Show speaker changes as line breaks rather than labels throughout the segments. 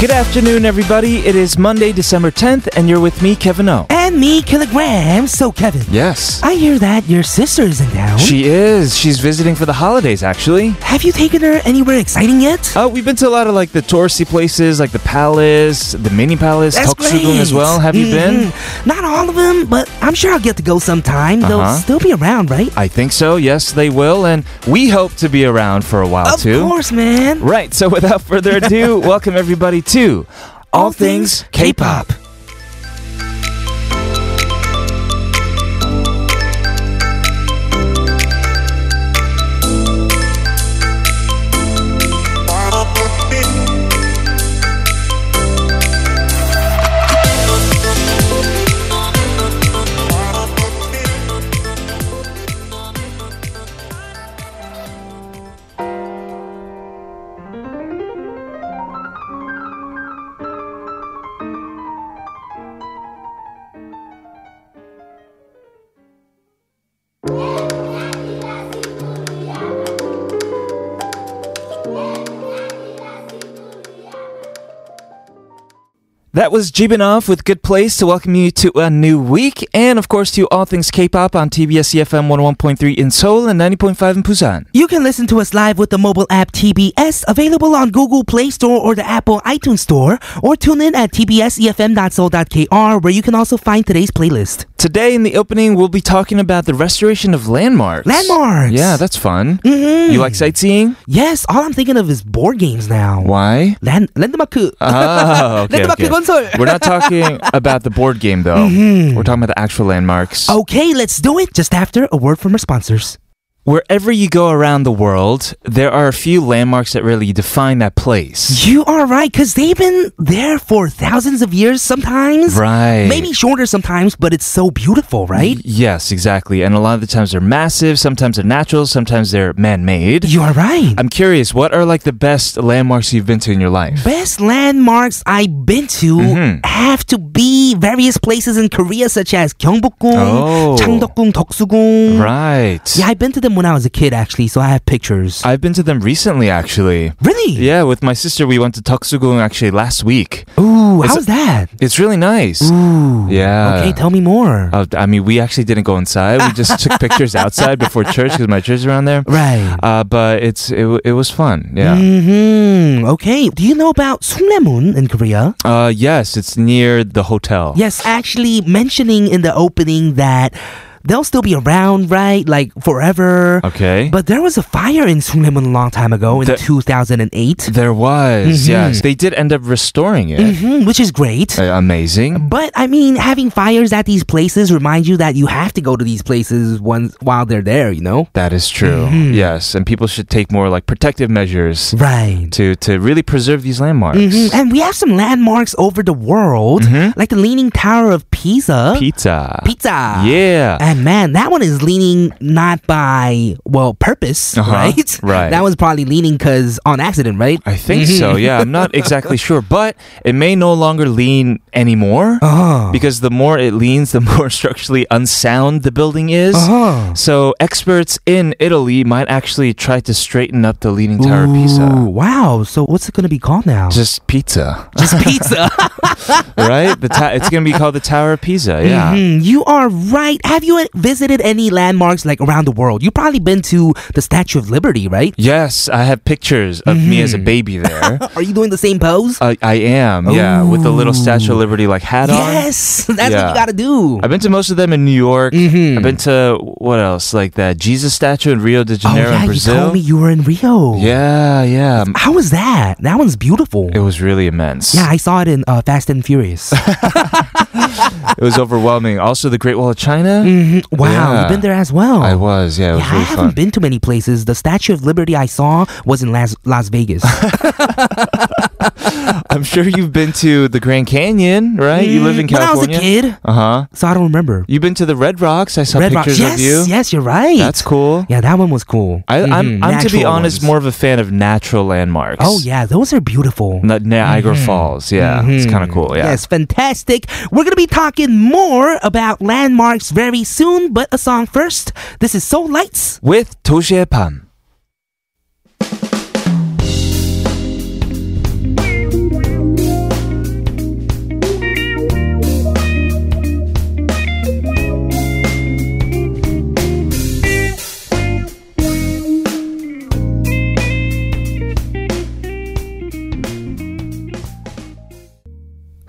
Good afternoon, everybody. It is Monday, December 10th, and you're with me, Kevin O.
And me, Kilograms. So, Kevin,
Yes.
I hear that your sister isn't down.
She is. She's visiting for the holidays, actually.
Have you taken her anywhere exciting yet?
Uh, we've been to a lot of like the touristy places, like the Palace, the Mini Palace, Toksugun as well. Have you been?
Mhm. Not all of them, but I'm sure I'll get to go sometime. They'll
Uh-huh.
still be around, right?
I think so. Yes, they will, and we hope to be around for a while
of
too.
course, man.
Right. So, without further ado, welcome everybody to All, Things K-pop. That was Jibinov with Good Place to welcome you to a new week and, of course, to all things K pop on TBS EFM 101.3 in Seoul and 90.5 in Busan.
You can listen to us live with the mobile app TBS, available on Google Play Store or the Apple iTunes Store, or tune in at tbsefm.soul.kr, where you can also find today's playlist.
Today in the opening, we'll be talking about the restoration of landmarks.
Landmarks! Mm-hmm.
Yeah, that's fun. You like sightseeing?
Yes, all I'm thinking of is board games now.
Why?
랜, 랜드마크.
Oh, okay,
랜드마크
okay.
건설.
We're not talking about the board game, though.
Mm-hmm.
We're talking about the actual landmarks.
Okay, let's do it just after a word from our sponsors.
Wherever you go around the world, there are a few landmarks that really define that place.
You are right, because they've been there for thousands of years sometimes.
Right.
Maybe shorter sometimes, but it's so beautiful, right?
Y- Yes, exactly. And a lot of the times they're massive, sometimes they're natural, sometimes they're man made.
You are right.
I'm curious, what are like the best landmarks you've been to in your life?
Best landmarks I've been to
Mm-hmm.
have to be various places in Korea, such as Gyeongbokgung,
Oh.
Changdeokgung, Deoksugung.
Right.
Yeah, I've been to them when I was a kid, actually, so I have pictures.
I've been to them recently, actually.
really?
Yeah, with my sister, we went to Toksugung actually last week.
Ooh,
It's-
how's that?
It's really nice.
Oh. Ooh.
Yeah.
Okay, tell me more.
Uh, I mean, we actually didn't go inside. We just took pictures outside before church because my church is around there.
right.
Uh, but it's it, w- it was fun. Yeah.
hmm Okay. Do you know about Sungnaemun in Korea?
Uh, yes, it's near the hotel.
Yes, actually mentioning in the opening that they'll still be around, right? Like forever.
Okay.
But there was a fire in Sungnaemun a long time ago in
The-
2008,
there was
Mm-hmm.
yes, they did end up restoring it.
hmm which is great.
Uh, amazing.
But I mean, having fires at these places reminds you that you have to go to these places once while they're there, you know?
That is true.
Mm-hmm.
Yes, and people should take more like protective measures
Right.
to to really preserve these landmarks.
Mhm. And we have some landmarks over the world,
Mm-hmm.
like the Leaning Tower of Pisa.
Pizza.
Pizza.
Yeah.
And man, that one is leaning not by well purpose,
Uh-huh,
right?
right.
That one's probably leaning because on accident, right?
I
Mm-hmm.
think so. Yeah, I'm not exactly sure, but it may no longer lean anymore.
Oh.
because the more it leans, the more structurally unsound the building is.
Oh.
So experts in Italy might actually try to straighten up the leaning tower of
Ooh,
Pisa.
Wow. So what's it gonna be called now?
Just pizza,
Just pizza.
right? The ta- it's going to be called the Tower of Pisa. Yeah.
Mhm, you are right. Have you visited any landmarks like around the world? You've probably been to the Statue of Liberty, right?
Yes, I have pictures of me
Mm-hmm.
as a baby there.
Are you doing the same pose?
I, I am, yeah, with the little Statue of Liberty like hat on.
yes. That's what
Yeah.
you gotta do.
I've been to most of them in New York. I've been to what else? Like that Jesus statue in Rio de
Mm-hmm. oh
Janeiro in
yeah, you
Brazil.
told me you were in Rio.
yeah, yeah.
How was that? That one's beautiful.
It was really immense.
Yeah, I saw it in uh, Fast and Furious.
It was overwhelming. Also, the Great Wall of China.
Mm-hmm. wow,
Yeah.
you've been there as well.
I was, yeah, it was
Mm. yeah, I
really
haven't
fun.
been to many places. The Statue of Liberty I saw was in Las, Las Vegas.
I'm sure you've been to the Grand Canyon, right? you live in
Mm. Mm-hmm. When I was
California.
a kid,
Uh huh.
so I don't remember.
You've been to the Red Rocks. I saw
Red Rocks.
pictures
Yes,
of you.
yes, you're right.
That's cool.
yeah, that one was cool.
I, I'm,
Mhm,
I'm to be
natural
honest,
ones.
more of a fan of natural landmarks.
Oh yeah, those are beautiful.
Ni- Niagara Falls. Yeah, it's kind of cool. Yeah.
Mm-hmm. Yes, fantastic. We're gonna be talking more about landmarks very soon, but a song first. This is Soul Lights.
With Toshe Pan.
Thank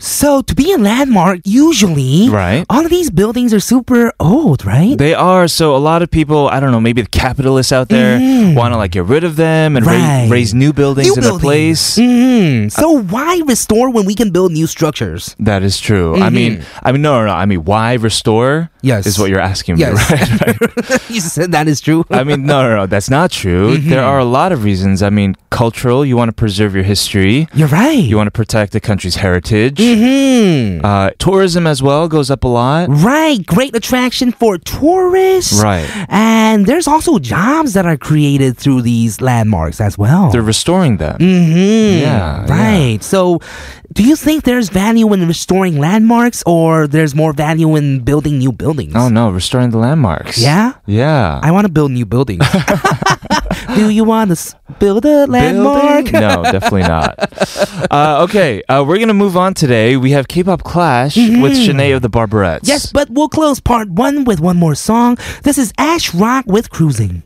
So to be a landmark, usually
Right.
all of these buildings are super old, right?
They are. So a lot of people, I don't know, maybe the capitalists out there want to like get rid of them and ra-
Mm-hmm. Right.
raise new buildings
New
in
buildings.
their place.
Mhm. So why restore when we can build new structures?
That is true. I mean, I
Mm-hmm.
mean, no, no, no. I mean, why restore?
Yes.
is what you're asking me,
Yes.
right?
you said that is true.
I mean, no, no, no. That's not true.
Mm-hmm.
There are a lot of reasons. I mean, cultural. You want to preserve your history.
You're right.
You want to protect the country's heritage.
hmm
Uh, tourism as well goes up a lot.
Right, great attraction for tourists.
Right.
And there's also jobs that are created through these landmarks as well.
They're restoring them.
hmm
Yeah,
Right. So, do you think there's value in restoring landmarks or there's more value in building new buildings?
Oh no, restoring the landmarks.
Yeah?
Yeah.
I want to build new buildings. do you want to s- build a landmark?
Building? No, definitely not. uh, okay, uh, we're gonna move on today. We have K-pop Clash with Shanae of the Barbarettes.
Mm-hmm. Yes, but we'll close part one with one more song. This is Ash Rock with Cruising.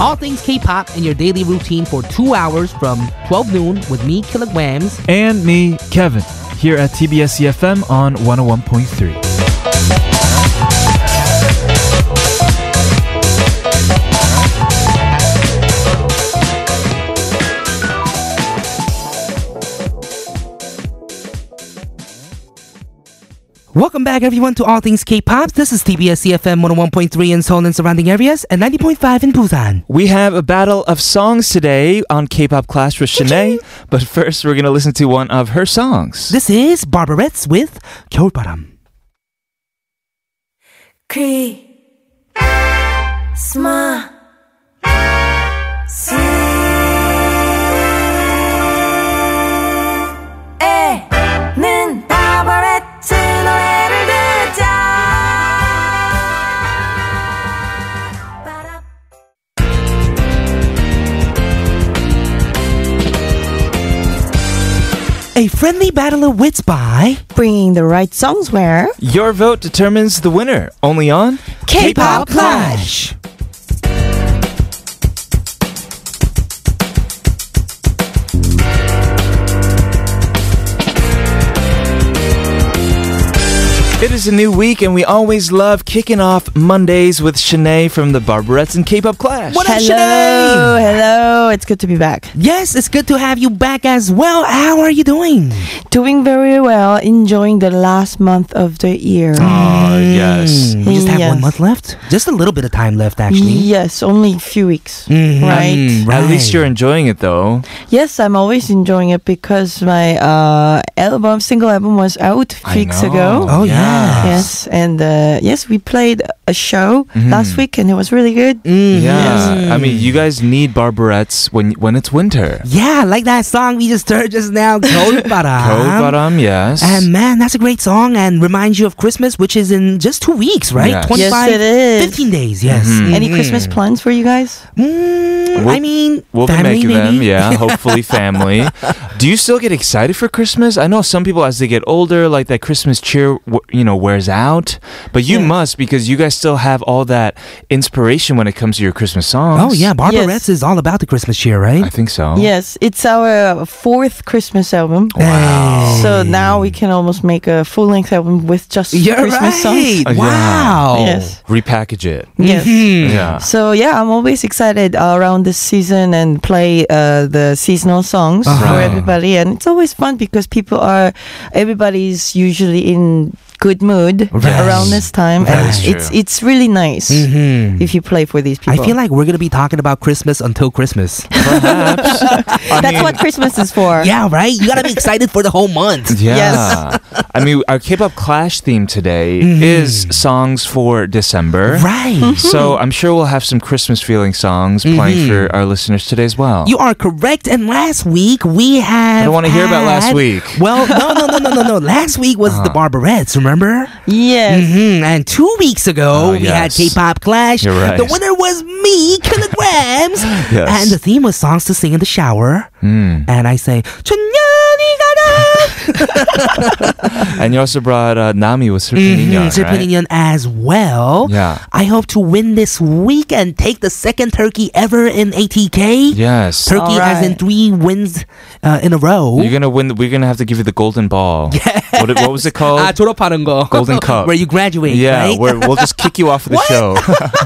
All things K-pop in your daily routine for two hours from 12 noon with me, Kilograms.
and me, Kevin, here at TBS EFM E on 101.3.
Welcome back, everyone, to All Things K-pop. This is TBS CFM 101.3 in Seoul and surrounding areas and 90.5 in Busan.
We have a battle of songs today on K-pop Clash with Shanae, but first we're gonna listen to one of her songs.
This is Barbarettes with 겨울바람.
크리스마스 에는 바바레츠 노래를 듣자 바람
A friendly battle of wits by
bringing the right songs where
Your vote determines the winner. Only on
K-pop Clash.
It is a new week, and we always love kicking off Mondays with Shanae from the Barbarettes and K-pop Clash.
What up,
Hello,
Shanae?
hello. It's good to be back.
Yes, it's good to have you back as well. How are you doing?
Doing very well, enjoying the last month of the year.
Ah, yes.
We just have
Yes.
one month left. Just a little bit of time left, actually.
Yes, only a few weeks.
Mhm.
Right?
Mm, right.
At least you're enjoying it, though.
Yes, I'm always enjoying it because my uh, album, single album, was out
I
three weeks
know.
ago.
Oh, yeah.
Yes, and uh, yes, we played a show last week and it was really good.
Mm,
Yeah.
yes.
I mean, you guys need Barbarettes when when it's winter.
Yeah, like that song we just heard just now,
Cold
Golbaram.
bottom, yes.
And man, that's a great song and reminds you of Christmas, which is in just two weeks, right?
Yes. Mm-hmm.
Yes, it is.
15 days, yes. Mm-hmm.
Any Christmas plans for you guys?
Mm,
We'll-
I mean,
We'll
family,
be making them,
maybe?
yeah. Hopefully, family. Do you still get excited for Christmas? I know some people, as they get older, like that Christmas cheer, w- you know, wears out. But you
Yeah.
must because you guys still have all that inspiration when it comes to your Christmas songs.
Oh, yeah, Barbara Retz
Yes.
is all about the Christmas cheer, right?
I think so.
Yes, it's our fourth Christmas album.
Wow.
So now we can almost make a full length album with just
Oh. You're
Christmas
right.
songs.
Uh, yeah.
Wow.
Yes.
Repackage it.
Yes.
Mhm.
Yeah.
So yeah, I'm always excited uh, around this season and play uh, the seasonal songs for
Uh-huh.
everybody, and it's always fun because people are everybody's usually in good mood
Yes.
around this time,
That
and
is true.
it's it's really nice
Mhm.
if you play for these
I
people.
feel like we're going to be talking about Christmas until Christmas.
Perhaps. I
that's
mean,
what Christmas is for.
yeah, right? You got to be excited for the whole month.
Yeah.
Yes.
I mean, our K-pop clash theme today is songs for December.
Right.
So I'm sure we'll have some Christmas feeling songs playing for our listeners today as well.
You are correct. And last week we have.
don't wanna hear about last
had-
week. Uh-huh.
Well, no, no, no, no, no, no. Last week was the Barbarettes. Remember?
Yes.
hmm And two weeks
Oh,
ago we had
yes.
K-pop Clash.
You're right.
The winner was me, Kilograms.
Yes. Hmm.
And the theme was songs to sing in the shower. And I say, "천년이 가라."
And you also brought uh, Nami with Serpin Inyeon,
Mhm,
right?
슬픈 인연 as well.
Yeah.
I hope to win this week and take the second turkey ever in ATK.
Yes.
Turkey as in
Alright.
three wins uh, in a row.
You're gonna win. We're gonna have to give you the golden ball. What, what was it called?
아, Ah, 졸업하는 거.
Golden Cup.
Where you graduate,
yeah,
right?
we're, we'll just kick you off of the show.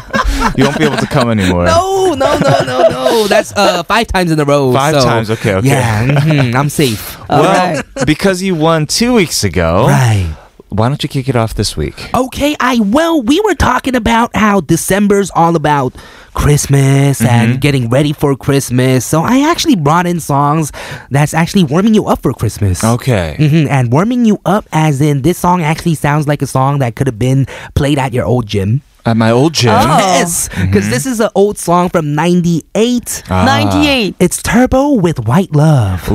you won't be able to come anymore.
no, no, no, no, no. That's uh, five times in a row.
Five
so-
times. Okay. Okay.
Yeah, mhm, I'm safe.
All
Well,
right.
because you won two weeks ago,
Right.
why don't you kick it off this week?
Okay, I well, we were talking about how December's all about Christmas and getting ready for Christmas. So I actually brought in songs that's actually warming you up for Christmas.
Okay.
hmm And warming you up, as in this song actually sounds like a song that could have been played at your old gym.
At my old gym.
Oh.
Yes, because this is an old song from '98.
Ah.
98.
It's Turbo with White Love.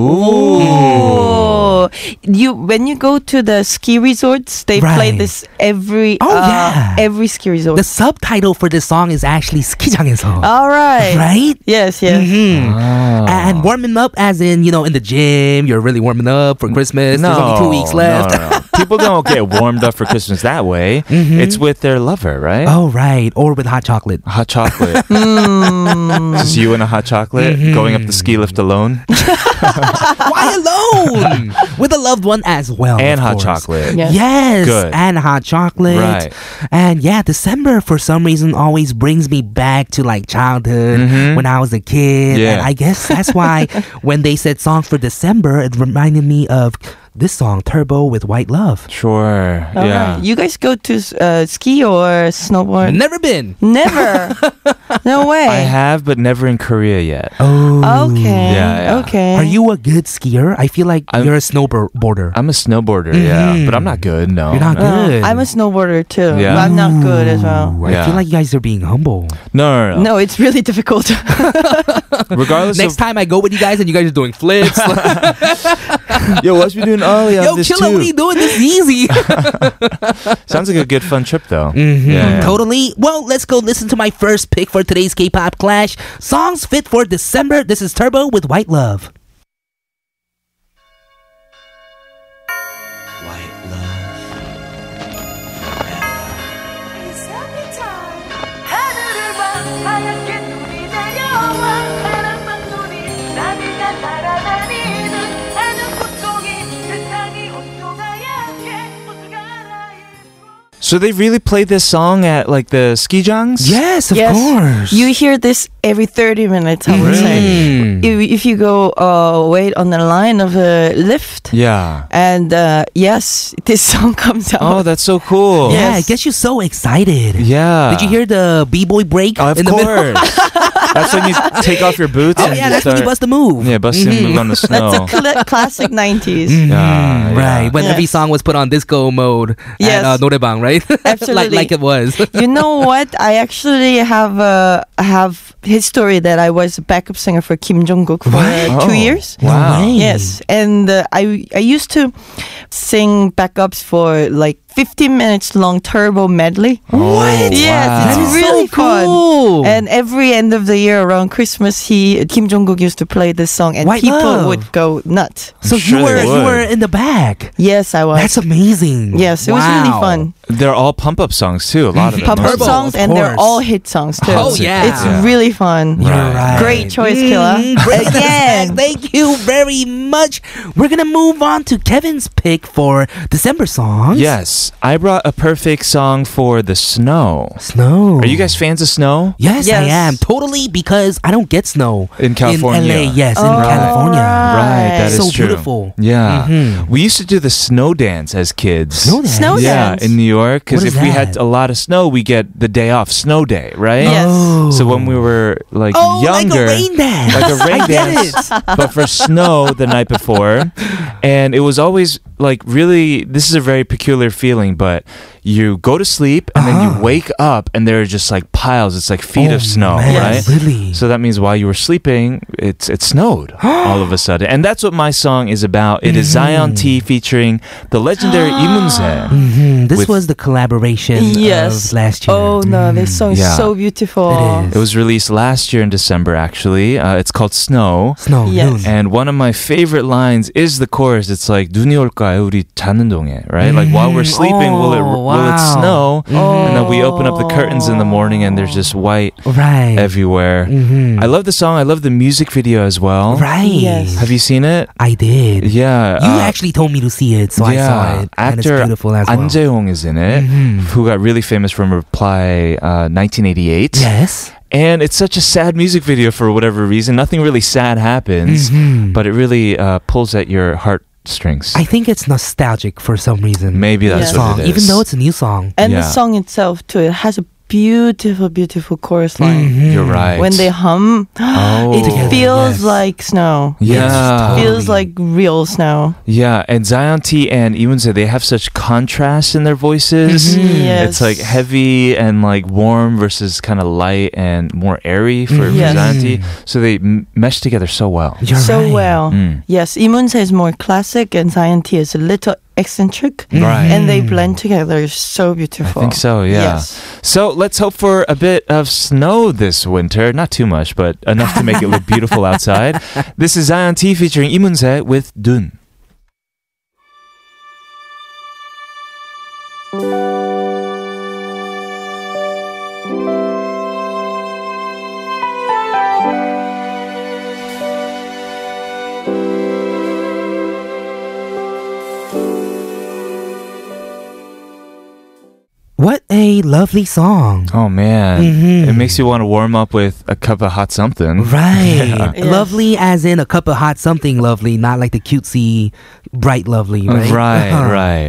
Ooh.
Oh, you when you go to the ski resorts, they play
Right.
this every
Oh,
uh,
yeah.
every ski resort.
The subtitle for this song is actually 스키장에서.
All right,
right?
Yes, yes.
hmm
Ah.
And warming up, as in, you know, in the gym, you're really warming up for Christmas. There's only two weeks
no,
left.
no, no. People don't get warmed up for Christmas that way. It's with their lover, right?
Mm-hmm. Oh, right. Or with hot chocolate.
Hot chocolate.
Mm.
Just you and a hot chocolate
Mm-hmm.
going up the ski lift alone
Oh, Why alone? with a loved one as well.
and
of
hot
course.
chocolate.
Yeah.
Yes,
Good.
and hot chocolate.
Right.
And yeah, December for some reason always brings me back to like childhood when I was a kid.
Mm-hmm. Yeah.
And I guess that's why when they said songs for December, it reminded me of this song, Turbo with White Love.
Sure.
Mm-hmm.
All
yeah.
right. You guys go to uh, ski or snowboard?
Never been.
Never. no way.
I have, but never in Korea yet.
Oh.
okay.
Yeah, yeah.
Okay.
Are you a good skier? I feel like
I'm-
you're a snowboarder.
I'm a snowboarder, yeah, but I'm not good. No,
Mm-hmm. you're not
no.
Well,
good.
I'm a snowboarder too.
Yeah.
But I'm not good as well.
Ooh, I
Yeah.
feel like you guys are being humble.
No, no, no.
No, it's really difficult.
Regardless
Next
of
time I go with you guys and you guys are doing flips.
yo, what's we doing early on
Yo,
this
killer, what are you
too?
doing? This is easy.
Sounds like a good fun trip though.
Mhm,
Yeah.
Totally. Well, let's go listen to my first pick for today's K-pop clash. Songs fit for December. This is Turbo with White Love.
So they really played this song at like the skijangs.
Yes, of
yes.
course.
You hear this every 30 minutes, I would say.
Mm.
If, if you go uh, wait on the line of a lift,
Yeah.
and uh, yes, this song comes out.
Oh, that's so cool.
Yeah,
Yes.
it gets you so excited.
Yeah.
Did you hear the b-boy break
Oh, of
in the
course.
middle?
that's when you take off your boots.
Oh
and
yeah, that's
start,
when you bust Mm-hmm. the move.
Yeah, busting move on the
That's
snow.
a cla- classic 90s.
Mm.
Yeah, yeah.
Right, when
Yeah.
every song was put on disco mode at
Yes.
uh, Norebang, right? like,
Absolutely.
like it was.
You know what? I actually have a have history that I was a backup singer for Kim Jong Kook for uh,
Oh,
two years.
Wow.
way.
Yes, and uh, I I used to sing backups for like 15 minutes long turbo medley.
Oh.
What?
Yes,
Oh, Wow.
it's really
so cool.
fun. And every end of the year around Christmas, he Kim Jong Kook used to play this song, and
White
people
Love.
would go nuts.
so
sure
you were
they would.
you were in the back.
Yes, I was.
That's amazing.
yes, it was really
Wow.
fun.
They're all pump up songs too. A lot of them.
Pop
most
up
of them.
songs,
of
and they're
course.
all hit songs too.
Oh, yeah.
it's
Yeah.
really fun.
You're
Right.
right.
Great choice, Killa.
Mm, bringing us
Again.
back. Thank you very much. We're gonna move on to Kevin's pick for December songs.
Yes, I brought a perfect song for the snow.
Snow.
Are you guys fans of snow?
Yes, I
Yes.
am totally because I don't get snow
In California.
In LA, yes, in
All
California.
Right,
Oh, right.
that is
So
true.
beautiful.
Yeah,
Mhm.
we used to do the snow dance as kids.
Snow dance?
Snow
yeah,
dance.
in New York, because
Oh,
if
What is
we had
that?
a lot of snow, we get the day off, snow day, right?
Yes.
Oh.
So when we were like
oh, like
younger,
a rain dance.
like a rain
I get
dance, but for snow the night before, and it was always like really this is a very peculiar feeling, but you go to sleep and
Ah.
then you wake up and there are just like piles. It's like feet of snow,
Oh, man,
right?
Really?
So that means while you were sleeping, it's it snowed all of a sudden, and that's what my song is about. It is Zion T
Mm-hmm.
featuring the legendary Imunse.
Mhm, This
with-
was the collaboration
Yes.
of last year. Mm-hmm.
Oh no, this song is
Mm. Yeah.
so beautiful.
It
It was released last year in December, actually. Uh, it's called Snow.
Snow Noon.
Yes.
And one of my favorite lines is the chorus. It's like "눈이 올까요 우리 자는 동에," right? Like while we're
Mhm.
sleeping, will it
Oh,
will it
wow. Mm-hmm.
snow? And then we open up the curtains in the morning, and there's just white
Right.
everywhere.
Mhm.
I love the song. I love the music video as well.
Right.
Yes.
Have you seen it?
I did.
Yeah.
You
uh,
actually told me to see it, so I saw it. and it's
Actor
beautiful as well.
An
Mm-hmm.
Jae-hong is in it, who got really famous from Reply uh, 1988.
yes.
And it's such a sad music video for whatever reason. Nothing really sad happens,
Mm-hmm.
but it really uh, pulls at your heartstrings.
Mm-hmm. I think it's nostalgic for some reason.
Maybe that's
Yes.
what
song,
it is.
even though it's a new song.
And the
Yeah.
song itself too, it has a beautiful, beautiful chorus line.
You're Mm-hmm.
Mm-hmm.
right.
Mm. When they hum,
Oh.
it
Yes.
feels like snow.
Yeah.
Yes, totally.
Feels like real snow.
Yeah, and Zion T and Imunse, they have such contrast in their voices.
Mhm. Yes.
Mm. It's like heavy and like warm versus kind of light and more airy for
Mhm.
Mm-hmm. Yes.
Zion T. So they m- mesh together so well.
You're
so
right.
well.
Mm.
Yes, Imunse is more classic and Zion T is a little eccentric.
Right.
And they blend together so beautiful.
Mm. think so, yeah.
Yes.
So let's hope for a bit of snow this winter. Not too much, but enough to make it look beautiful outside. This is Zion T featuring Imunse with Dun.
What a lovely song.
Oh man,
Mhm.
it makes you want to warm up with a cup of hot something.
Right.
Yeah.
Lovely as in a cup of hot something lovely, not like the cutesy bright lovely,
Mm,
right? Uh-huh.
Right,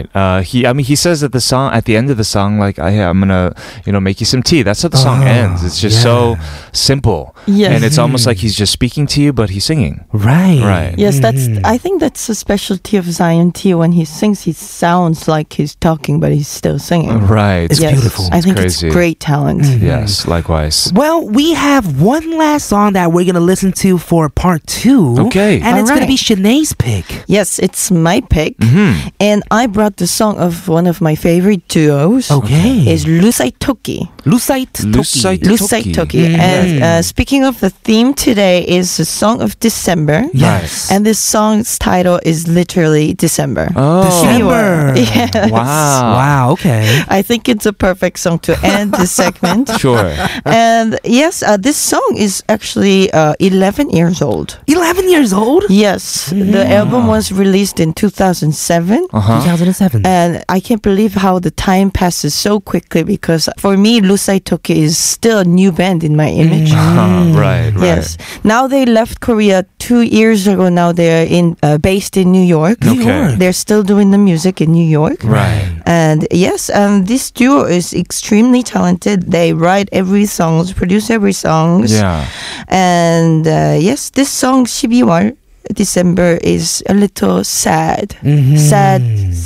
right. Uh, he, I mean, he says that the song at the end of the song, like, I, I'm gonna, you know, make you some tea. That's how the song
Ah,
ends. It's just so simple,
Yes.
and it's almost
Mm-hmm.
like he's just speaking to you, but he's singing.
Right. Mm-hmm.
Right.
Yes, that's.
Mm.
I think that's a specialty of Zion T. When he sings, he sounds like he's talking, but he's still singing.
Right.
Mm-hmm. It's Mm-hmm.
yes.
beautiful.
I think
crazy. Mm-hmm.
it's great talent.
Yes. Likewise.
Well, we have one last song that we're going to listen to for part two.
Okay.
And it's going to
Alright.
be Shanae's pick.
Yes, it's my pick,
Hmm.
and I brought the song of one of my favorite duos.
Okay.
Is Lusai Toki.
Lucite Toki.
Lucite-
Lusai Toki.
Mhm.
And uh, speaking of the theme today is the song of December.
Yes.
And this song's title is literally December.
Oh.
December.
Yes.
Wow.
Wow. Okay.
I think it's a perfect song to end this segment.
Sure.
and yes, uh, this song is actually uh, 11 years old.
11 years old?
Yes, the album was released in 2007.
Uh huh.
2007.
And I can't believe how the time passes so quickly because for me, Lusai Toki is still a new band in my image.
Mm, right. Right.
Mm. Yes. Now they left Korea two years ago. Now they're in uh, based in New York.
New Okay. York.
They're still doing the music in New York.
Right.
And yes, um, this duo is extremely talented. They write every songs, produce every songs.
Yeah.
And uh, yes, this song 12월 December is a little sad, sad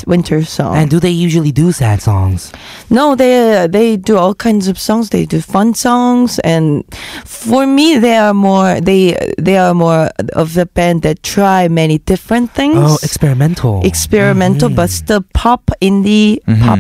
winter song.
Mm-hmm. And do they usually do sad songs?
no, they uh, they do all kinds of songs. They do fun songs, and for me, they are more they they are more of the band that try many different things,
Oh, Mm-hmm. experimental.
experimental, but still pop indie pop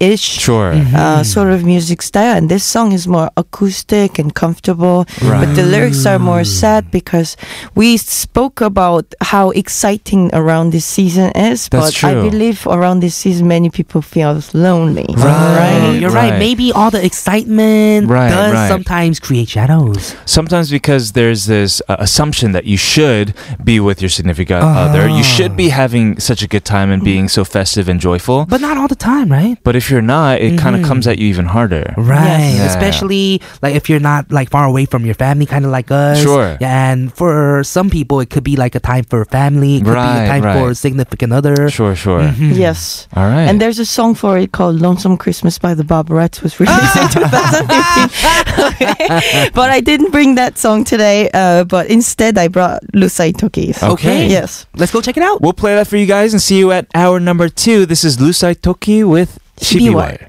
ish
Sure.
uh, sort of music style. And this song is more acoustic and comfortable. But the lyrics are more sad because we spoke about how exciting around this season is.
That's
but I
true.
believe around this season, many people feel lonely.
Oh,
Right.
you're right.
Right.
Maybe all the excitement
Right,
does
right.
sometimes create shadows.
Sometimes because there's this uh, assumption that you should be with your significant
Ah.
other, you should be having such a good time and being so festive and joyful.
But not all the time, right?
But if if you're not, it kind of
Mm-hmm.
comes at you even harder.
Right.
Yeah.
Especially like if you're not like far away from your family, kind of like us.
Sure.
Yeah, and for some people, it could be like a time for family. It could be
Right,
a time
right.
for significant other.
Sure, sure.
Yes.
All Hmm. right.
Mm-hmm. And there's a song for it called Lonesome Christmas by the Boberettes was released
Ah!
in 2015. but I didn't bring that song today, uh, but instead I brought Lusai Tokis.
Okay.
Yes.
Let's go check it out.
We'll play that for you guys and see you at hour number two. This is Lusai Toki with
Chibi
Shibiwai.
Wire.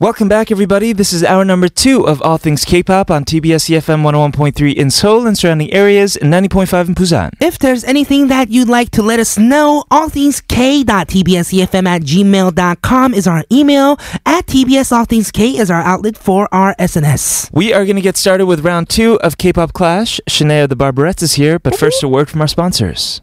Welcome back, everybody. This is hour number two of All Things K-pop on TBS EFM 101.3 in Seoul and surrounding areas, and 90.5 in Busan.
If there's anything that you'd like to let us know, all things k.tbsefm E at gmail.com is our email. At TBS All Things K is our outlet for our SNS.
We are going to get started with round two of K-pop Clash. Shania the Barbarettes is here, but first a word from our sponsors.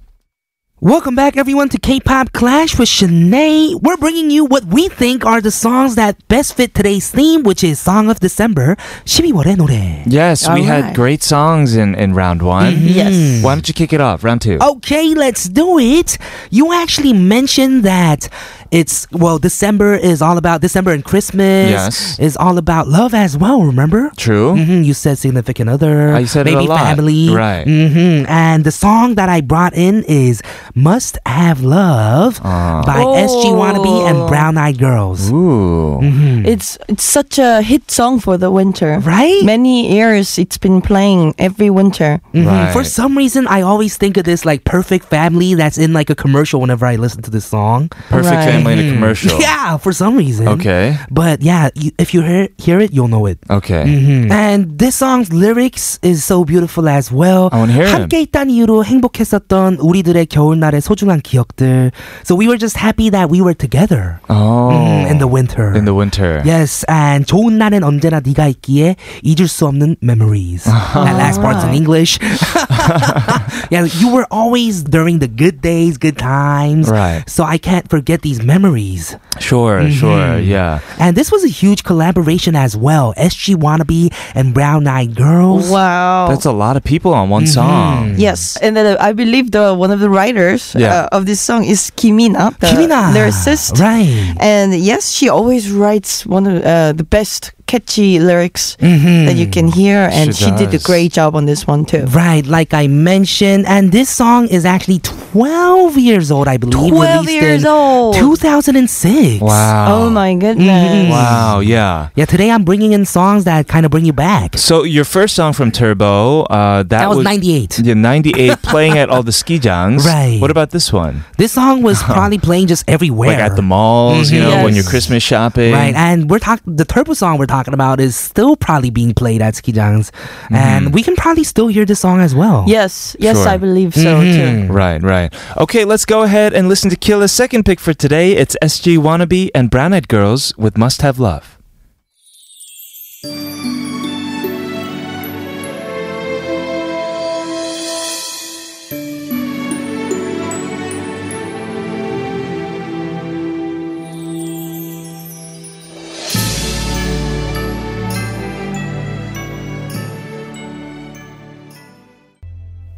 Welcome back, everyone, to K-pop Clash with Shanae. We're bringing you what we think are the songs that best fit today's theme, which is Song of December, 12월의 노래.
Yes, we
All
had
right.
great songs in, in round one.
Mm-hmm. Yes.
Why don't you kick it off, round two?
Oh. Okay, let's do it. You actually mentioned that it's well, December is all about December and Christmas.
Yes.
is all about love as well. Remember?
True.
hmm you said significant other.
I said it
maybe
a lot.
family.
Right.
hmm And the song that I brought in is "Must Have Love"
Ah.
by SG Wannabe and Brown Eyed Girls.
Ooh.
It's it's such a hit song for the winter.
Right?
Many years it's been playing every winter.
Mhm.
Right.
For some reason, I always think of this like perfect family that's in like a commercial whenever I listen to this song.
Perfect
Right.
family in a commercial.
Yeah, Mm-hmm. for some reason.
Okay.
But yeah, you, if you hear hear it, you'll know it.
Okay.
Mm-hmm. And this song's lyrics is so beautiful as well.
I wanna hear them.
함께 있단 이유로 행복했었던 우리들의 겨울날의 소중한 기억들. So we were just happy that we were together
Oh.
mm, in the winter.
In the winter.
Yes, and 좋은 날엔 언제나 네가 있기에 잊을 수 없는 memories. That last part's in English. yeah, you were always during the good days, good times.
Right.
So I can't forget these memories.
Sure, sure. Yeah.
And this was a huge collaboration as well. SG Wannabe and Brown Eyed Girls.
Wow.
Oh, That's a lot of people on one song.
Oh. Yes, and then uh, I believe the one of the writers
Yeah.
uh, of this song is Kimina, the
Kimina.
lyricist.
Right.
And yes, she always writes one of uh, the best catchy lyrics that you can hear, and
Mm-hmm. She
she, did a
does.
great job on this one too.
Right, like I mentioned, and this song is actually 12 years old, I believe.
12
released
years
in
old.
2006.
Wow. Mm-hmm.
Oh my goodness!
Wow, yeah.
Yeah, today I'm bringing in songs that kind of bring you back.
So your first song from Turbo, uh, that,
That was 98.
Yeah, 98, playing at all the ski jungs.
Right.
What about this one?
This song was probably playing just everywhere.
Like at the malls, you know, when you're
Yes.
Christmas shopping.
Mm-hmm. Right, and we're talking the turbo song we're talking about is still probably being played at Skijang's,
Mm-hmm.
and we can probably still hear this song as well.
Yes, yes,
Sure. Mm-hmm.
I believe so too.
Right, right. Okay, let's go ahead and listen to Killa's second pick for today. It's SG Wannabe and Brown Eyed Girls with Must Have Love.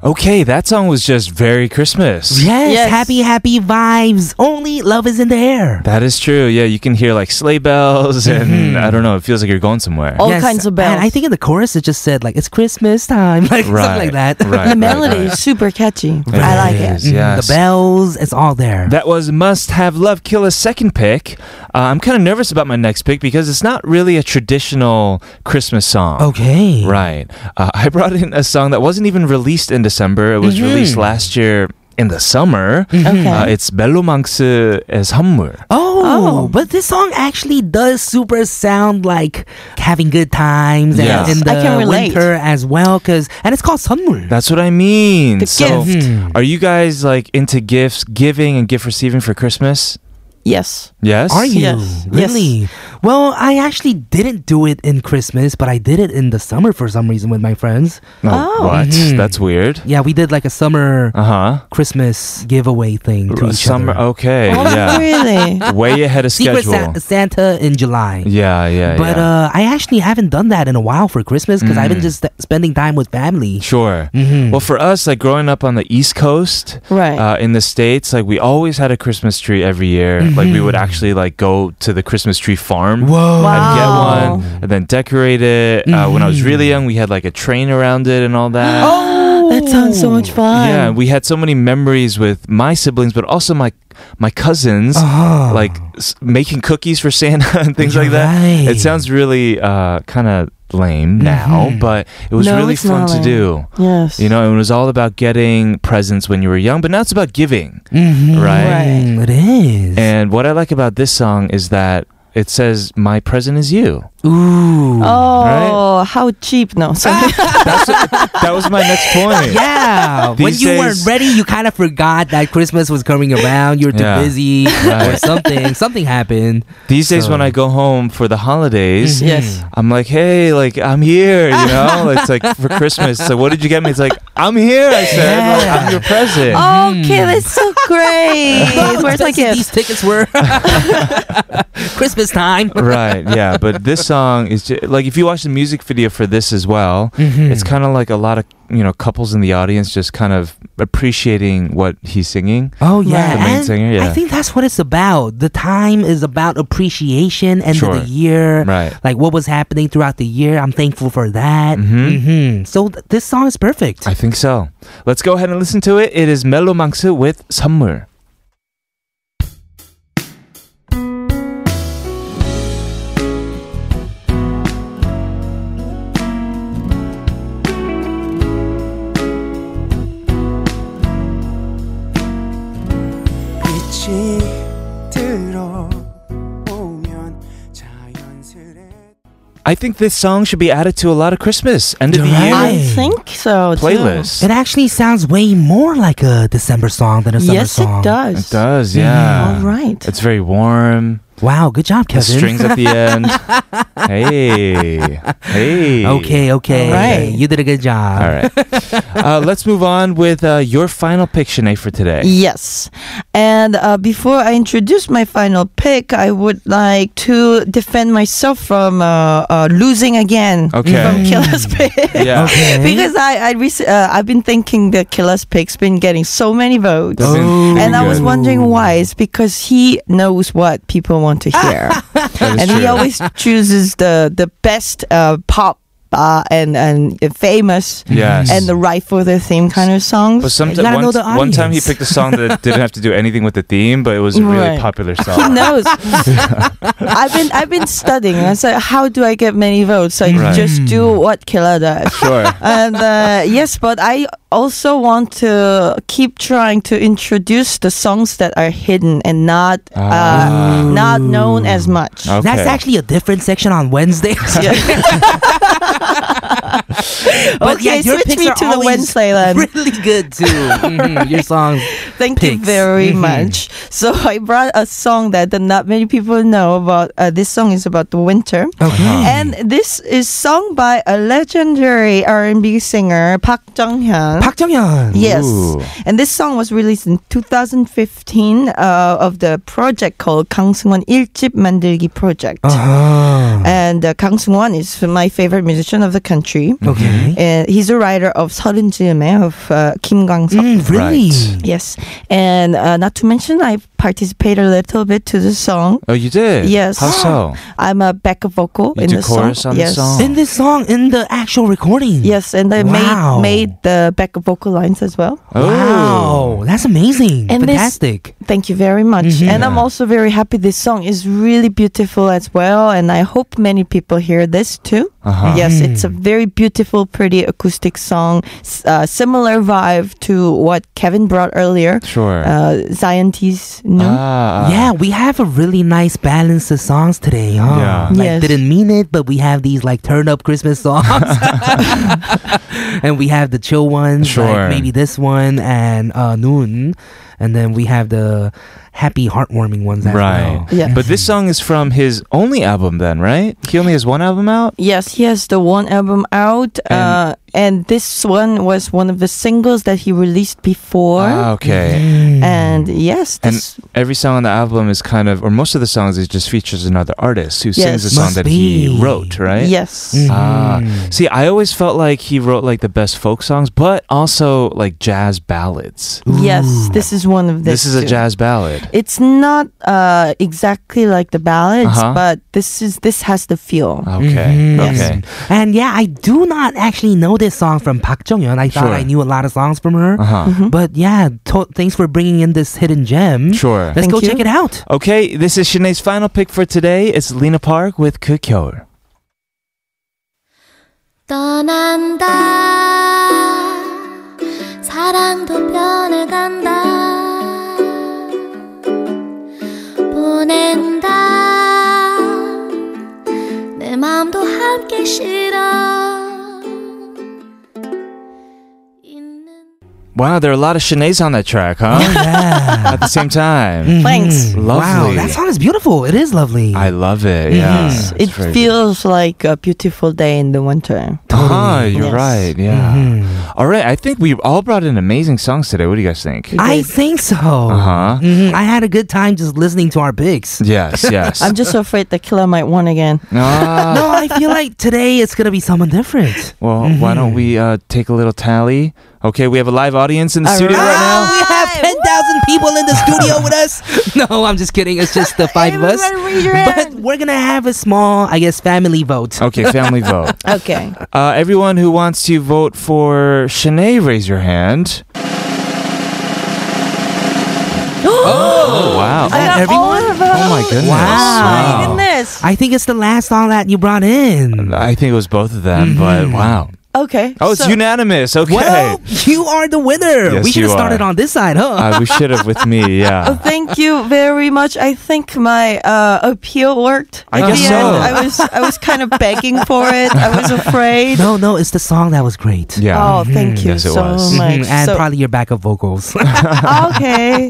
Okay, that song was just very Christmas.
Yes,
Yes.
happy, happy vibes. Only love is in the air.
That is true. Yeah, you can hear like sleigh bells, and
Mm-hmm.
I don't know. It feels like you're going somewhere.
Oh.
All kinds of
And
bells.
I think in the chorus it just said like it's Christmas time, like something like that.
Right, right,
the melody
right.
is super catchy.
It
I like
is,
it.
Mhm,
yes.
The bells, it's all there.
That was Must Have Love Killer's second pick. Uh, I'm kind of nervous about my next pick because it's not really a traditional Christmas song.
okay.
Right. Uh, I brought in a song that wasn't even released in December. It was
Mm-hmm.
released last year in the summer.
Okay.
Uh, it's Bellomanx's 선물.
Oh, but this song actually does super sound like having good times and
Yes.
in the
I can relate.
winter as well, cause and it's called Sunmoon.
That's what I mean.
The
so,
gift.
are you guys like into gifts giving and gift receiving for Christmas?
Yes.
Yes.
Are you
Yes.
really? Well, I actually didn't do it in Christmas, but I did it in the summer for some reason with my friends.
No,
Oh.
What?
Mhm.
That's weird.
Yeah, we did like a summer
Uh
Christmas giveaway thing to
huh.
each
Summer.
other.
Okay. yeah.
Really?
Way ahead of
Secret
schedule.
Sa- Santa in July.
yeah. Yeah.
But
yeah. Mm.
uh, I actually haven't done that in a while for Christmas because I've been just th- spending time with family.
Sure.
Mm-hmm.
Well, for us, like growing up on the East Coast,
Right.
uh, in the states, like we always had a Christmas tree every year. Like we would actually like go to the Christmas tree farm. And
Whoa.
get
Mm-hmm. Wow.
one, and then decorate it. Uh, when I was really young,
Mm-hmm.
we had like a train around it and all that.
Oh,
That sounds so much fun.
Yeah, we had so many memories with my siblings, but also my my cousins,
Oh.
Uh-huh.
like s- making cookies for Santa and things like that.
Right.
It sounds really uh, kind of lame now, but it was
Mm-hmm. No,
really
it's not
fun to
lame.
do.
Yes.
You know, it was all about getting presents when you were young, but now it's about giving,
Mm-hmm.
right?
Mm, It is.
And what I like about this song is that it says, "My present is you."
Ooh.
Uh,
Oh, how cheap! No, sorry.
That's that was my next point.
Yeah, when
These
you weren't
days-
ready, you kind of forgot that Christmas was coming around. You were too
Yeah.
busy or
Right.
something. Something happened.
These days,
So-
when I go home for the holidays,
yes.
I'm like, hey, like I'm here, you know. it's like for Christmas. So what did you get me? It's like I'm here. I said, like, I'm your present.
Oh. Okay, that's so great. Where's my
expensive These
gift?
tickets were Christmas time.
right. Yeah. But this song is just, like if you watch the music video for this as well, it's kind of like a lot of you know couples in the audience just kind of appreciating what he's singing.
Oh yeah,
The main
and
singer,
I
yeah.
think that's what it's about. The time is about appreciation, end
Sure.
of the year,
Right.
Like what was happening throughout the year. I'm thankful for that. Mm-hmm. So th- this song is perfect.
I think so. Let's go ahead and listen to it. It is Melo Mangsu with 선물.
빛이 들어오면 자연스레
I think this song should be added to a lot of Christmas end of the
You're right.
year
I think so. too.
playlists.
It actually sounds way more like a December song than a summer
Yes,
song.
it does.
It
Mm-hmm.
does, yeah.
All right.
It's very warm.
Wow, good job,
The strings
Kevin.
at the end. hey, hey.
Okay, okay.
All right.
You did a good job.
All right. Uh, let's move on with uh, your final pick, Shanae, for
E.
today.
Yes. And uh, before I introduce my final pick, I would like to defend myself from uh, uh, losing again
Okay. Hmm.
from Killer's pick.
Yeah.
because I, I rec- uh, I've been thinking that Killer's pick's been getting so many votes.
That's been
Oh.
pretty
And I was
good.
wondering why. It's because he knows what people want to hear,
That is
and he
true.
always chooses the the best uh, pop uh, and and famous
Yes.
and the right for the theme kind of songs.
But sometimes
gotta know
one,
the
one time he
audience.
picked a song that didn't have to do anything with the theme, but it was a really
Right.
popular
He
song.
knows. I've been I've been studying. I said, how do I get many votes? So I
Right. Hmm.
just do what Killer does.
Sure.
and uh, yes, but I also want to keep trying to introduce the songs that are hidden and not
Ah.
uh, not known as much.
Okay.
That's actually a different section on Wednesday. but Oh, yeah,
Okay,
your
switch
picks
me
are
to the
always
Wednesday then.
Really good too. Mhm, Your songs.
Thank you
picks.
very
Mhm.
much. So I brought a song that, that not many people know about. Uh, this song is about the winter.
Okay.
And this is sung by a legendary R&B singer, Park Jong-hyun.
Park Jong-hyun.
Yes.
Ooh.
And this song was released in 2015 uh, of the project called 강승원 1집 만들기 Project.
Uh-huh.
And and uh, Kang Sung Won is my favorite musician of the country.
Mm. Okay.
And he's a writer of 서른 즈음에 of uh, Kim Gang Seok.
Mm, really?
Right.
Yes, and uh, not to mention, I participate a little bit to the song.
Oh, you did?
Yes.
How so?
I'm a backup vocal
You
in
do
the
chorus
song.
on the
yes.
song?
In this song, in the actual recording.
Oh. Yes, and I
Wow.
made made the backup vocal lines as well.
Oh.
Wow, that's amazing.
And this-
Fantastic.
Thank you very much.
Mhm.
And I'm
Mm-hmm. Yeah.
also very happy this song is really beautiful as well. And I hope many people hear this too.
Uh-huh.
Yes,
Mm.
it's a very beautiful, pretty acoustic song. S- uh, similar vibe to what Kevin brought earlier.
Sure.
Uh, Scientist. No?
ah.
yeah, we have a really nice balance of songs today, huh?
Yeah.
Like,
Yes.
didn't mean it, but we have these like turn up Christmas songs. and we have the chill ones,
Sure.
like maybe this one and uh, Noon. And then we have the happy, heartwarming ones as
Right.
well.
Yeah.
But this song is from his only album then, right? He only has one album out?
Yes, he has the one album out, uh, and this one was one of the singles that he released before.
Ah, okay.
Mm.
Mm-hmm. And yes,
And
this
every song on the album is kind of, or most of the songs, it just features another artist who
Yes.
sings a song that
Must be.
he wrote, right?
yes,
Mhm.
Mm-hmm.
Ah, see, I always felt like he wrote like the best folk songs, but also like jazz ballads.
yes, this is one of this.
This is a jazz ballad.
It's not uh, exactly like the ballads,
Uh-huh.
but this is this has the feel.
Okay.
Mm-hmm.
Mhm.
Okay.
And yeah, I do not actually know this song from Park Jong Yeon. I
Sure.
thought I knew a lot of songs from her.
Uh huh.
Mm-hmm.
But yeah, to- thanks for bringing in this hidden gem.
Sure.
Let's go
Thank you.
check it out.
Okay, this is Sinead's final pick for today. It's Lena Park with Kukyol.
떠난다 사랑도 변해간다 보낸다 내 마음도 함께 실어 있는
Wow, there are a lot of Sinead's on that track, huh?
Oh, Yeah.
At the same time.
Mm-hmm.
Mm-hmm.
Thanks.
Wow,
Lovely.
that song is beautiful. It is lovely.
I love Mm-hmm. it. Yeah.
Mhm.
It's
It
very-
feels like a beautiful day in the winter.
Ah, you're
Yes. Mm-hmm.
right. Yeah.
Mhm.
All right. I think we all brought in amazing songs today. What do you guys think?
I think so.
Uh-huh.
Mhm. I had a good time just listening to our picks.
Yes, yes.
I'm just afraid the killer might win again.
Ah,
No, I feel like today it's gonna be someone different.
Well,
Mm-hmm.
why don't we uh, take a little tally? Okay, we have a live audience in the studio right now.
We have 10,000 people in the studio with us. No, I'm just kidding. It's just the five of us. But we're going to have a small, I guess, family vote.
Okay, family vote.
Okay.
Uh, everyone who wants to vote for Shanae, raise your hand. oh, wow.
I got all
everyone?
of them.
Oh, my goodness.
Wow.
My goodness.
I think it's the last song that you brought in.
I think it was both of them, but wow.
Okay.
Oh, it's
Mm-hmm. so-
unanimous. Okay.
Well, you are the winner.
Yes,
we should
you
have started
are.
on this side, huh?
Uh, we should have with me,
Oh,
yeah.
thank you very much. I think my uh, appeal worked.
I
at
guess
the
so.
end. I was I was kind of begging for it. I was afraid.
no, no, it's the song that was great.
Yeah.
Oh, thank you
Mm-hmm. Yes, it
so
was.
much.
Mhm, and
So-
probably your backup vocals.
okay.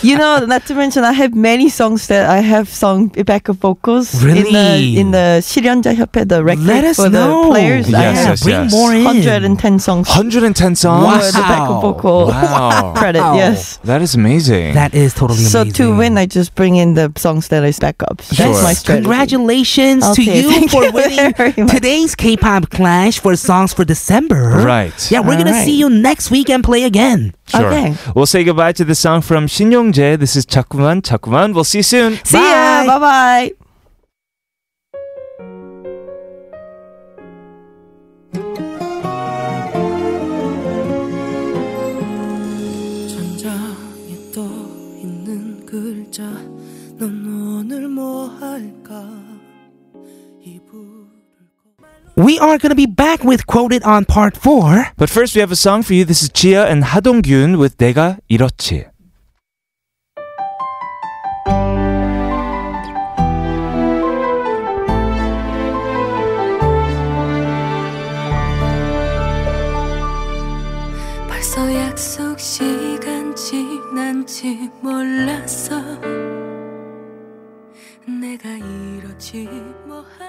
You know, not to mention, I have many songs that I have sung backup vocals in
Really?
the in the 실현자 협회 the record
Let us
for
know.
the players.
Yes,
I
yeah,
have
yes,
bring
yes.
more in.
110 songs.
110 songs?
for the backup vocal
Wow.
credit. Yes.
That is amazing.
That is totally
So
amazing.
to win, I just bring in the songs that I stack up. That's
Sure.
my strategy.
Congratulations to
Okay,
you
thank
for
you
winning
very much.
today's K-pop Clash for songs for December.
Right.
Yeah, we're gonna
Alright.
see you next week and play again.
Sure.
Okay.
We'll say goodbye to the song from Shin Yong Jae. This is Chakuman, Chakuman. We'll see you soon.
See ya.
Bye.
Bye bye.
천장에 떠 있는 글자 넌 오늘 뭐 할까 이불
We are gonna be back with quoted on part four.
But first, we have a song for you. This is Chia and Hadonggyun with 내가 이렇지.
벌써 약속 시간 지난지 몰랐어 내가 이러지 뭐하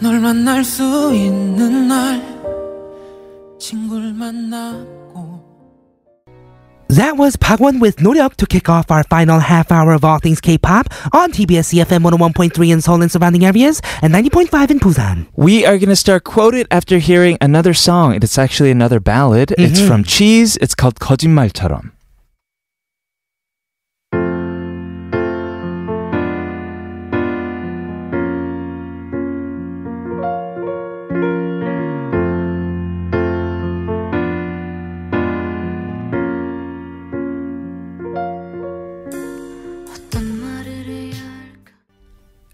널 만날 수 있는 날 친구를 만나고
That was Pagwan with Noryuk to kick off our final half hour of All Things K-Pop on TBS EFM 101.3 in Seoul and surrounding areas and 90.5 in Busan.
We are going to start Quote It after hearing another song. It's actually another ballad. It's
Mm-hmm.
from Cheese. It's called 거짓말처럼.
어떤 말을 해야 할까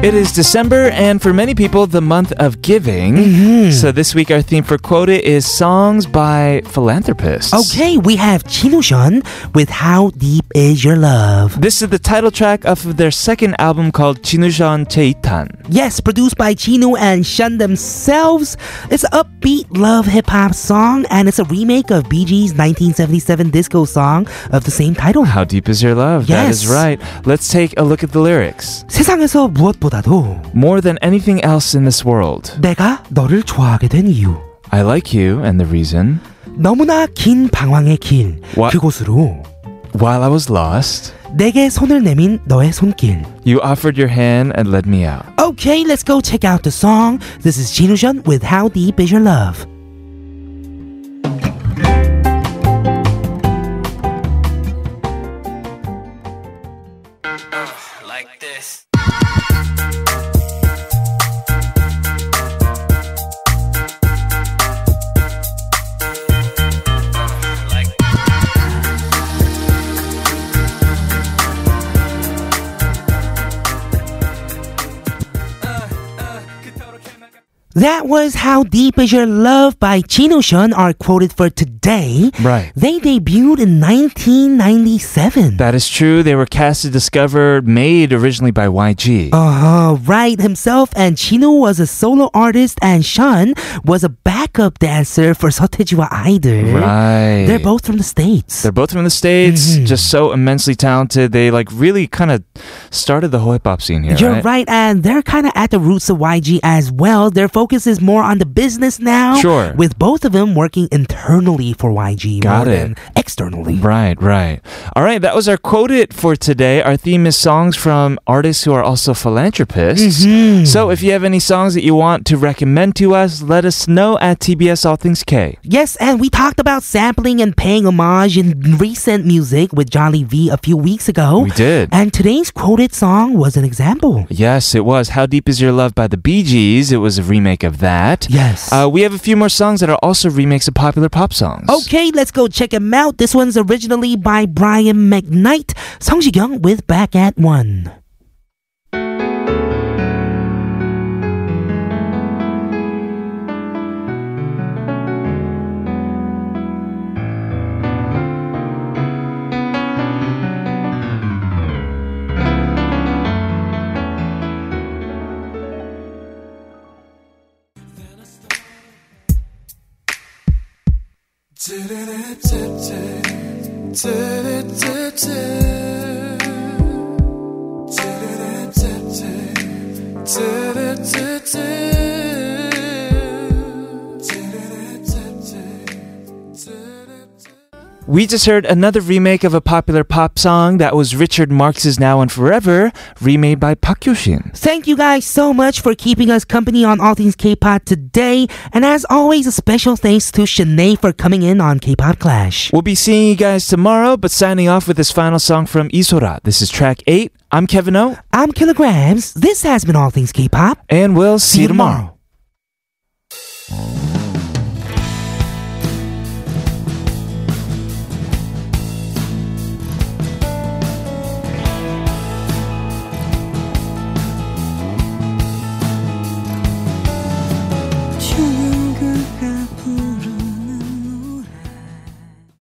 It is December, and for many people, the month of giving.
Mm-hmm.
So this week, our theme for Quote It is songs by philanthropists.
Okay, we have Chinushan with How Deep Is Your Love?
This is the title track of their second album called Chinushan Cheitan.
Yes, produced by Chinu and Shun themselves. It's an upbeat love hip hop song and it's a remake of BG's 1977 disco song of the same title.
How deep is your love? That is
Yes.
right. Let's take a look at the lyrics.
세상에서 무엇보다도
More than anything else in this world,
내가 너를 좋아하게 된 이유.
I like you, and the reason
너무나 긴 방황의 길
What?
그곳으로
while I was lost,
내게 손을 내민 너의 손길
you offered your hand and led me out.
Okay, let's go check out the song. This is Jinushan with How Deep Is Your Love. That was How Deep Is Your Love by Jinushan, our quoted for today.
Right.
They debuted in 1997.
That is true. They were casted, discovered, made originally by YG.
uh-huh, right. Himself and Chino was a solo artist and Sean was a backup dancer for Sotejiwa Idol.
Right.
They're both from the States.
They're both from the States,
Mm-hmm.
just so immensely talented. They like really kind of started the whole hip hop scene here.
You're
right?
right, and they're kind of at the roots of YG as well. Their focus is more on the business now.
Sure.
With both of them working internally for YG
Got
more
it.
than externally.
Right, right. All right, that was our quote it for today. Our theme is songs from artists who are also philanthropists.
Mm-hmm.
So if you have any songs that you want to recommend to us, let us know at TBS All Things K.
Yes, and we talked about sampling and paying homage in recent music with Jolly V a few weeks ago.
We did.
Oh, And today's quoted song was an example.
Yes, it was How Deep Is Your Love by the Bee Gees. It was a remake of that.
Yes.
Uh, we have a few more songs that are also remakes of popular pop songs.
Okay, let's go check him out. This one's originally by Brian McKnight, Song Young with Back at One.
We just heard another remake of a popular pop song that was Richard Marx's Now and Forever, remade by Park Kyoshin.
Thank you guys so much for keeping us company on All Things K-Pop today. And as always, a special thanks to Shanae for coming in on K-Pop Clash.
We'll be seeing you guys tomorrow, but signing off with this final song from Isora. This is track 8. I'm Kevin O,
I'm Kilograms. This has been All Things K-Pop.
and we'll see, you tomorrow.